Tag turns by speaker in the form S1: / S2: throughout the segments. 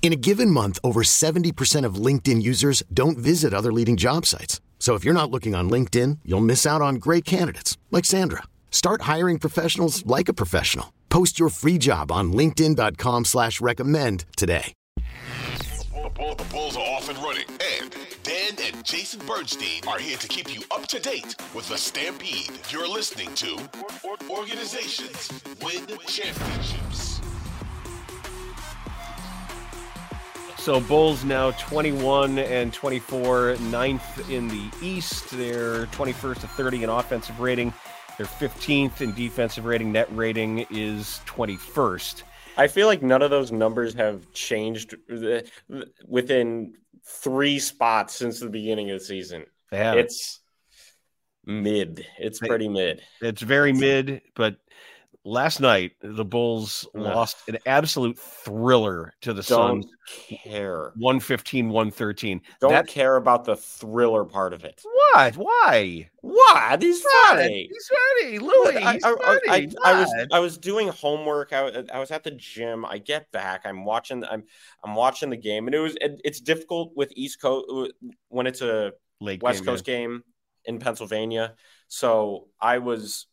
S1: In a given month, over 70% of LinkedIn users don't visit other leading job sites. So if you're not looking on LinkedIn, you'll miss out on great candidates like Sandra. Start hiring professionals like a professional. Post your free job on LinkedIn.com slash recommend today.
S2: The Bulls, the Bulls are off and running, and Dan and Jason Bernstein are here to keep you up to date with the Stampede. You're listening to Or- Or- Organizations Win Championships.
S3: So Bulls now 21 and 24, ninth in the East. They're 21st to 30 in offensive rating. They're 15th in defensive rating. Net rating is 21st.
S4: I feel like none of those numbers have changed uh, within three spots since the beginning of the season.
S3: They have
S4: It's mid. It's
S3: They-
S4: pretty mid.
S3: It's very mid, but last night the Bulls
S4: Ugh.
S3: lost an absolute thriller to the
S4: Don't
S3: Suns,
S4: care.
S3: 115-113.
S4: Don't
S3: That-
S4: care about the thriller part of it.
S3: what? Why?
S4: What? He's
S3: What?
S4: funny.
S3: He's funny, Louis.
S4: I,
S3: he's
S4: I- I- I-
S3: funny.
S4: I was
S3: What?
S4: I was doing homework. I, wa- I was at the gym. I get back. I'm watching. I'm I'm watching the game, and it was. It, it's difficult with East Coast when it's a
S3: Late
S4: West
S3: game,
S4: Coast game in Pennsylvania. So I was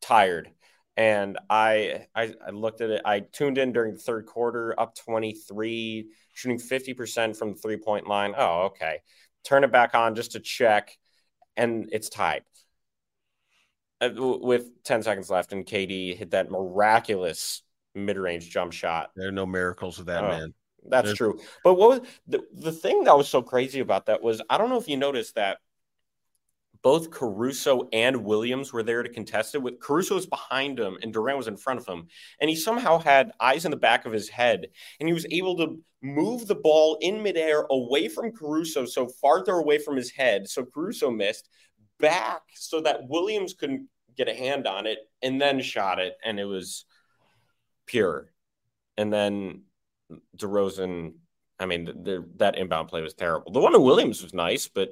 S4: tired and I, I I looked at it. I tuned in during the third quarter, up 23, shooting 50% from the three point line. Oh, okay. Turn it back on just to check, and it's tied. Uh, w- With 10 seconds left, and KD hit that miraculous mid range jump shot.
S3: There are no miracles with that
S4: Oh.
S3: man.
S4: That's
S3: There's-
S4: true. But what was the, the thing that was so crazy about that was I don't know if you noticed that both Caruso and Williams were there to contest it. With Caruso was behind him and Durant was in front of him, and he somehow had eyes in the back of his head, and he was able to move the ball in midair away from Caruso, so farther away from his head, so Caruso missed back, so that Williams couldn't get a hand on it, and then shot it, and it was pure. And then DeRozan. I mean, th- th- that inbound play was terrible. The one to Williams was nice, but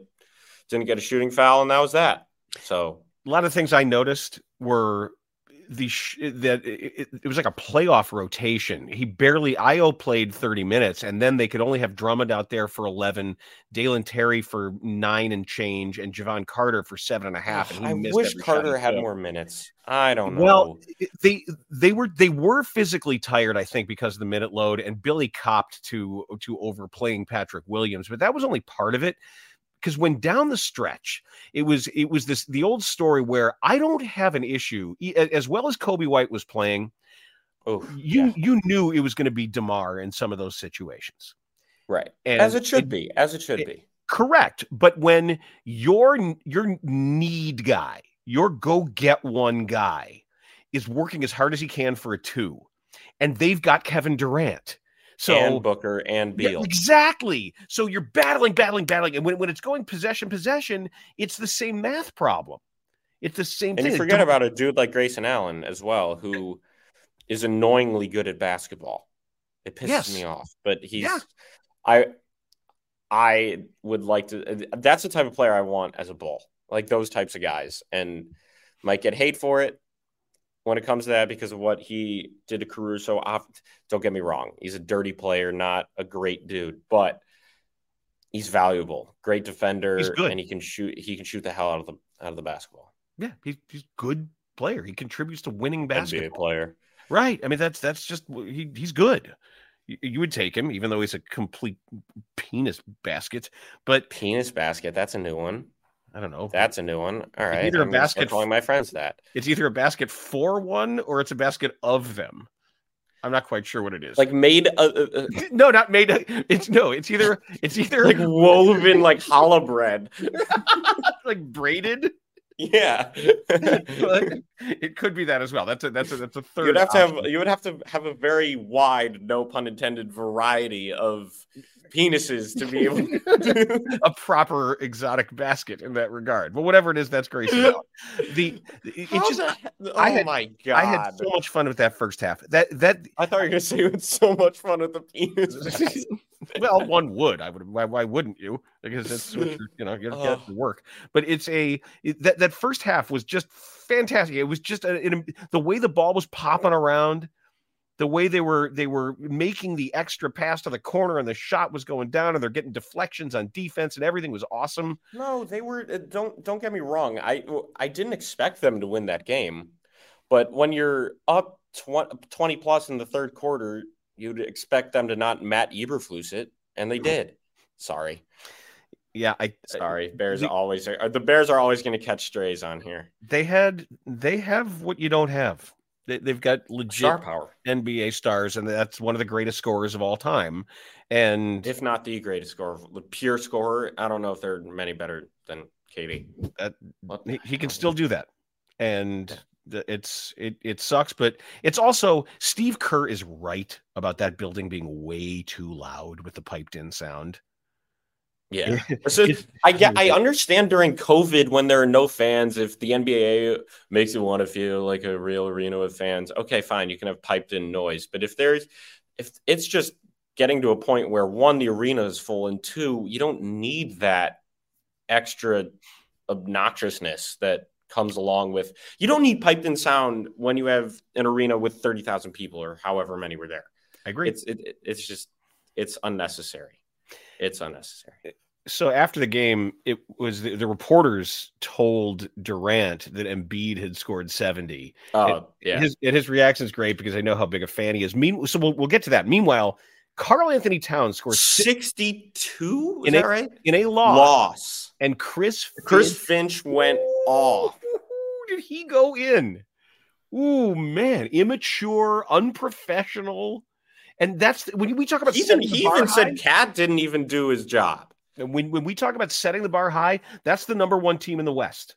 S4: didn't get a shooting foul, and that was that. So
S3: a lot of things I noticed were the sh- that it, it, it was like a playoff rotation. He barely Io played 30 minutes, and then they could only have Drummond out there for 11, Dalen Terry for nine and change, and Javon Carter for seven and a half. And he
S4: I
S3: missed
S4: wish
S3: every shot he
S4: Carter had
S3: took.
S4: more minutes. I don't know.
S3: Well, They they were they were physically tired, I think, because of the minute load, and Billy copped to to overplaying Patrick Williams, but that was only part of it. Because when down the stretch, it was it was this the old story where I don't have an issue e- a- as well as Kobe White was playing.
S4: Oof,
S3: You
S4: yeah,
S3: you knew it was going to be Demar in some of those situations.
S4: right
S3: And
S4: as it should be, as it should
S3: it-
S4: be.
S3: Correct, but when your n- your need guy, your go get one guy, is working as hard as he can for a two, and they've got Kevin Durant, so
S4: and Booker and
S3: Yeah,
S4: Beal.
S3: exactly. So you're battling, battling, battling, and when, when it's going possession, possession, it's the same math problem. It's the same
S4: and
S3: thing.
S4: you forget about a dude like Grayson Allen as well, who is annoyingly good at basketball. It pisses
S3: Yes.
S4: me off, but he's
S3: Yeah.
S4: I I would like to that's the type of player I want as a bull. Like those types of guys and might get hate for it when it comes to that because of what he did to Caruso. Off, don't get me wrong, he's a dirty player, not a great dude, but he's valuable, great defender,
S3: He's good.
S4: and he can shoot. He can shoot the hell out of the out of the basketball.
S3: Yeah, he's he's a good player. He contributes to winning
S4: NBA
S3: basketball.
S4: player.
S3: Right. I mean, that's that's just he, he's good. You, you would take him, even though he's a complete penis basket. But
S4: Penis basket. That's a new one.
S3: I don't know.
S4: That's a new one. All right.
S3: Either a
S4: I'm gonna start
S3: basket-
S4: calling my friends that.
S3: it's either a basket for one or it's a basket of them. I'm not quite sure what it is.
S4: Like made
S3: uh,
S4: a, a-
S3: no, not made. It's no. It's either it's either
S4: like woven like challah bread.
S3: like braided.
S4: Yeah.
S3: but it could be that as well. That's a that's a that's a third.
S4: You'd have to have
S3: option.
S4: you would have to have a very wide, no pun intended, variety of penises to be able to
S3: a proper exotic basket in that regard. But whatever it is, that's Gracie. Allen. the it, it
S4: How
S3: just
S4: the he- oh
S3: I had-
S4: my god!
S3: I had so much fun with that first half. That that
S4: I thought you were gonna say you had so much fun with the penis.
S3: well, one would. I would. Why, why wouldn't you? Because that's what you're, you know you have to work. But it's a it- that that first half was just fantastic. It was just a, an- the way the ball was popping around, the way they were they were making the extra pass to the corner, and the shot was going down, and they're getting deflections on defense, and everything was awesome.
S4: no, they were. uh, Don't don't get me wrong. I I didn't expect them to win that game, but when you're up 20, 20 plus in the third quarter, you'd expect them to not Matt Eberflus it, and they did. Sorry,
S3: Yeah, I
S4: sorry. Bears
S3: the-
S4: always are, the Bears are always going to catch strays on here.
S3: They had they have what you don't have. They, they've got legit
S4: Star power,
S3: NBA stars, and that's one of the greatest scorers of all time. And
S4: if not the greatest scorer, the pure scorer. I don't know if there are many better than Katie.
S3: That-
S4: What?
S3: he, he can still do that and th- it's it it sucks but it's also steve kerr is right about that building being way too loud with the piped in sound
S4: Yeah. So I get, I understand during COVID when there are no fans, if the NBA makes you want to feel like a real arena with fans, okay, fine, you can have piped in noise. But if there's, if it's just getting to a point where one, the arena is full, and two, you don't need that extra obnoxiousness that comes along with. You don't need piped in sound when you have an arena with thirty thousand people or however many were there.
S3: i agree
S4: It's it, it- it's just it's unnecessary. It's unnecessary.
S3: so after the game it was the, the reporters told durant that embiid had scored 70
S4: Oh
S3: Uh,
S4: yeah.
S3: his and his reaction's great because I know how big a fan he is. Mean so we'll, we'll get to that. Meanwhile, Carl Anthony Towns scores six
S4: 62 is
S3: In
S4: that
S3: a-
S4: right
S3: in a loss,
S4: loss
S3: and Chris
S4: chris
S3: Finch-
S4: finch went off
S3: Ooh, Did he go in? Ooh man, immature, unprofessional, and that's when we talk about
S4: even
S3: setting the
S4: he
S3: bar
S4: even
S3: high-
S4: said cat didn't even do his job
S3: And when, when we talk about setting the bar high, that's the number one team in the West.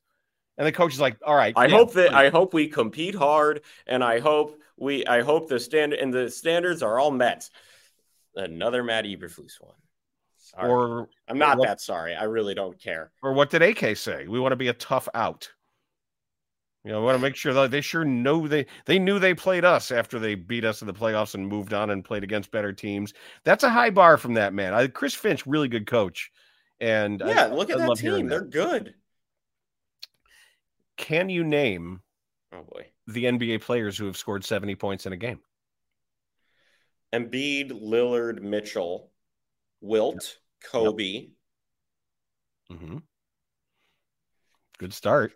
S3: And the coach is like, "All right,
S4: i
S3: yeah,
S4: hope that
S3: fine."
S4: i hope we compete hard and i hope we i hope the standard and the standards are all met another matt eberflus one sorry.
S3: or
S4: i'm not
S3: what-
S4: that sorry i really don't care
S3: or what did AK say? We want to be a tough out. You know, we want to make sure that they sure know they they knew they played us after they beat us in the playoffs and moved on and played against better teams. That's a high bar from that man. I, Chris Finch, really good coach. And uh, I-
S4: yeah look at
S3: I
S4: that
S3: love hearing
S4: team
S3: that.
S4: they're good
S3: can you name
S4: oh boy
S3: the NBA players who have scored seventy points in a game?
S4: Embiid, Lillard, Mitchell, Wilt, Kobe.
S3: Mm-hmm. Good start.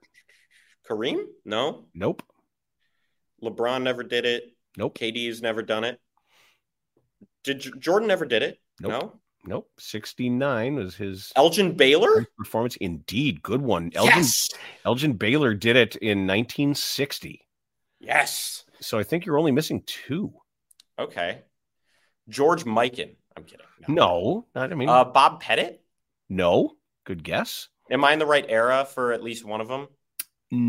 S4: Kareem? No.
S3: Nope.
S4: LeBron never did it.
S3: Nope.
S4: KD has never done it. Did J- Jordan never did it?
S3: Nope.
S4: No.
S3: Nope. Sixty nine was his
S4: Elgin Baylor?
S3: performance. Indeed, good one. Elgin
S4: Yes.
S3: Elgin Baylor did it in 1960.
S4: Yes.
S3: So I think you're only missing two.
S4: Okay. George Mikan. I'm kidding.
S3: No, not, I mean,
S4: Uh, Bob Pettit?
S3: no. Good guess.
S4: Am I in the right era for at least one of them?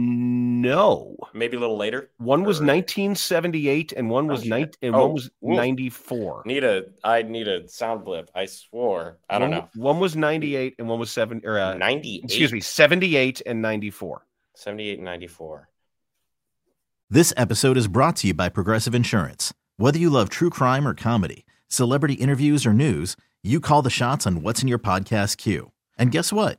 S3: No.
S4: Maybe a little later.
S3: One was
S4: Or-
S3: 1978 and one was
S4: Oh, shit.
S3: 19 and
S4: Oh,
S3: one was
S4: woof.
S3: 94.
S4: Need a I need a sound blip. I swore. I don't know.
S3: One- One was 98 and one was 7 or uh,
S4: 98.
S3: excuse me, 78 and 94.
S4: 78 and 94.
S5: This episode is brought to you by Progressive Insurance. Whether you love true crime or comedy, celebrity interviews or news, you call the shots on what's in your podcast queue. And guess what?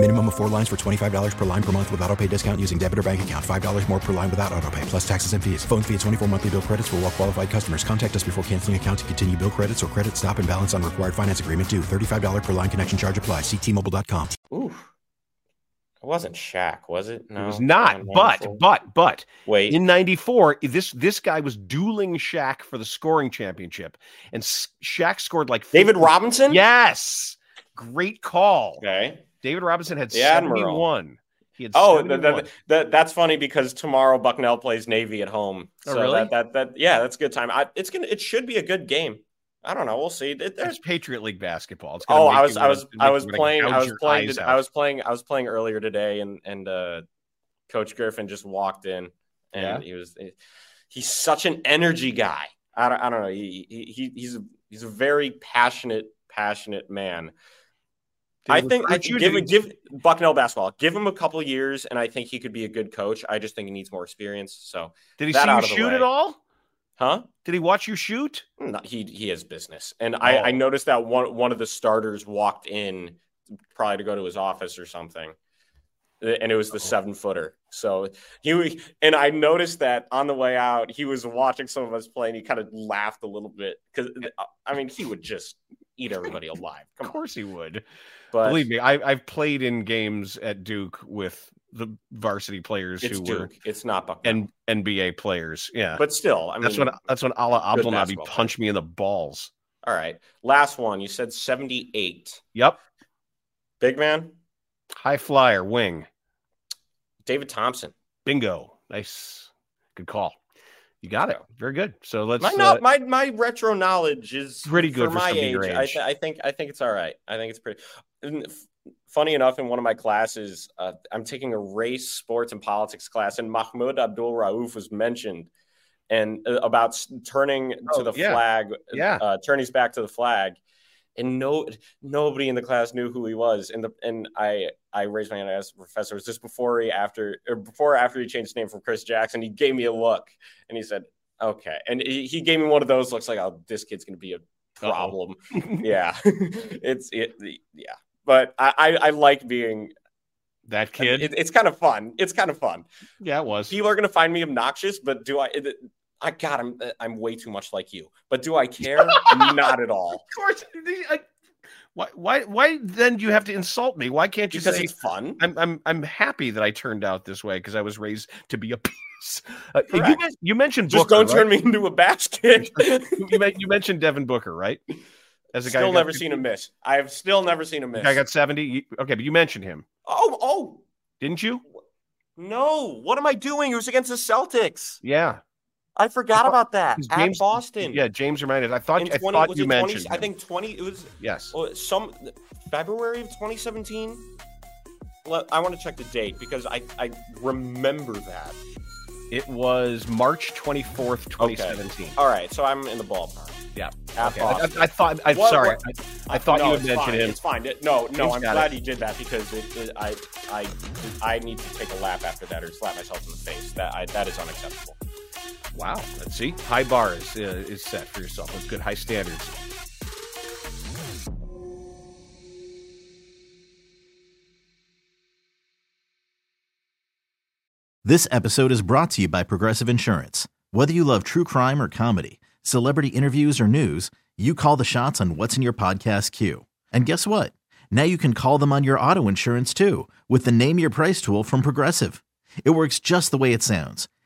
S6: Minimum of four lines for $25 per line per month with auto pay discount using debit or bank account. $5 more per line without auto pay, plus taxes and fees. Phone fee at 24 monthly bill credits for all well qualified customers. Contact us before canceling account to continue bill credits or credit stop and balance on required finance agreement due. $35 per line connection charge applies. Ctmobile.com.
S4: Ooh. It wasn't Shaq, was it? No.
S3: It was not,
S4: I'm
S3: but
S4: wrong.
S3: but but
S4: Oh, Wait.
S3: in '94, this this guy was dueling Shaq for the scoring championship, and S- Shaq scored like
S4: David
S3: 50
S4: Robinson?
S3: Yes, great call.
S4: Okay.
S3: David Robinson had
S4: The Admiral.
S3: seventy-one. He had
S4: Oh, th- th-
S3: 71.
S4: th- that's funny because tomorrow Bucknell plays Navy at home.
S3: Oh,
S4: So
S3: really?
S4: that, that that yeah, that's a good time. I, it's gonna it should be a good game. I don't know. We'll see. It-
S3: That's
S4: there's
S3: Patriot League basketball. It's gonna
S4: Oh,
S3: make
S4: I
S3: you
S4: was, I
S3: wanna-
S4: was,
S3: make
S4: I
S3: you
S4: was
S3: wanna
S4: playing, I
S3: gouge
S4: was
S3: your
S4: playing,
S3: eyes
S4: to- I
S3: out.
S4: was playing, I was playing earlier today, and and uh, Coach Griffin just walked in, and he was, he's such an energy guy. I don't, I don't know. He, he he- he's a, he's a very passionate, passionate man.
S3: Did
S4: I
S3: he
S4: think I
S3: recruit you?
S4: give
S3: Did he-
S4: give Bucknell basketball. Give him a couple years, and I think he could be a good coach. I just think he needs more experience. So,
S3: Did he
S4: that
S3: see
S4: out
S3: you
S4: of the
S3: shoot
S4: way.
S3: at all?
S4: huh?
S3: Did he watch you shoot?
S4: No, Hmm, he he has business, and I, I
S3: Oh.
S4: noticed that one one of the starters walked in, probably to go to his office or something, and it was the seven footer. So he and I noticed that on the way out, he was watching some of us play, and he kind of laughed a little bit because I mean he would just eat everybody alive.
S3: Of
S4: Come on,
S3: course he would.
S4: but
S3: Believe me, I, I've played in games at Duke with the varsity players
S4: it's
S3: who were
S4: Duke, it's not Bucknell,
S3: and NBA players. Yeah,
S4: but still, I mean
S3: that's when that's when Ala
S4: good
S3: Abdelnabi
S4: basketball player.
S3: punched me in the balls.
S4: All right, last one. You said seventy eight,
S3: Yep,
S4: big man,
S3: high flyer wing,
S4: David Thompson.
S3: bingo, nice, good call. You got it. Very good. So let's.
S4: my,
S3: uh,
S4: no, my my retro knowledge is
S3: Pretty good for
S4: my
S3: somebody your
S4: I,
S3: age.
S4: th- I think I think it's all right. I think it's pretty. and f- funny enough, in one of my classes, uh, I'm taking a race, sports, and politics class, and Mahmoud Abdul Rauf was mentioned, and uh, about s- turning
S3: Oh,
S4: to the
S3: yeah.
S4: flag,
S3: Yeah.
S4: uh, turning his back to the flag, and no nobody in the class knew who he was, and the and I. I raised my hand. I asked the professor, "Was this before he after or before or after he changed his name from Chris Jackson?" He gave me a look, and he said, Okay. And he he gave me one of those looks like, oh, this kid's going to be a problem. yeah. it's, it, yeah. But I, I, I like being,
S3: that kid.
S4: it, it's kind of fun. It's kind of fun.
S3: yeah, it was.
S4: People are going to find me obnoxious, but do I, it, I, God, I'm, I'm way too much like you. But do I care? Not at all.
S3: Of course. the- I- why? Why? Why? Then do you have to insult me? Why can't you
S4: Because
S3: say
S4: it's fun.
S3: I'm I'm I'm happy that I turned out this way because I was raised to be a piece. Uh, you,
S4: Correct.
S3: men- you mentioned
S4: Just
S3: Booker,
S4: don't turn me into a basket.
S3: right? you, men- you mentioned Devin Booker, right? As a guy
S4: still
S3: who got
S4: never seen a miss. I have still never seen a miss.
S3: I got seventy. You- Okay, but you mentioned him,
S4: oh, oh,
S3: didn't you?
S4: no. What am I doing? It was against the Celtics.
S3: Yeah,
S4: I forgot
S3: Well,
S4: about that
S3: Because
S4: at
S3: James-
S4: Boston.
S3: yeah. James reminded. I thought
S4: in
S3: I
S4: 20,
S3: thought
S4: was
S3: you
S4: it 20
S3: mentioned.
S4: I
S3: him.
S4: think 20, it was
S3: yes.
S4: uh, some February of 2017. Let, I want to check the date because I, I remember that.
S3: It was March twenty fourth, twenty seventeen.
S4: All right, so I'm in the ballpark.
S3: Yeah.
S4: At
S3: Okay. I,
S4: Boston.
S3: I- I thought. I,
S4: What-
S3: sorry,
S4: what-
S3: I, I thought
S4: no,
S3: you had
S4: it's
S3: mentioned
S4: fine,
S3: him.
S4: It's fine. It- No, no,
S3: James
S4: I'm
S3: got
S4: glad you did that because it, it- I, I, I need to take a lap after that or slap myself in the face. That I, that is unacceptable.
S3: Wow. Let's see. High bar is, uh, is set for yourself. That's good. High standards.
S5: This episode is brought to you by Progressive Insurance. Whether you love true crime or comedy, celebrity interviews or news, you call the shots on what's in your podcast queue. And guess what? Now you can call them on your auto insurance too with the Name Your Price tool from Progressive. It works just the way it sounds.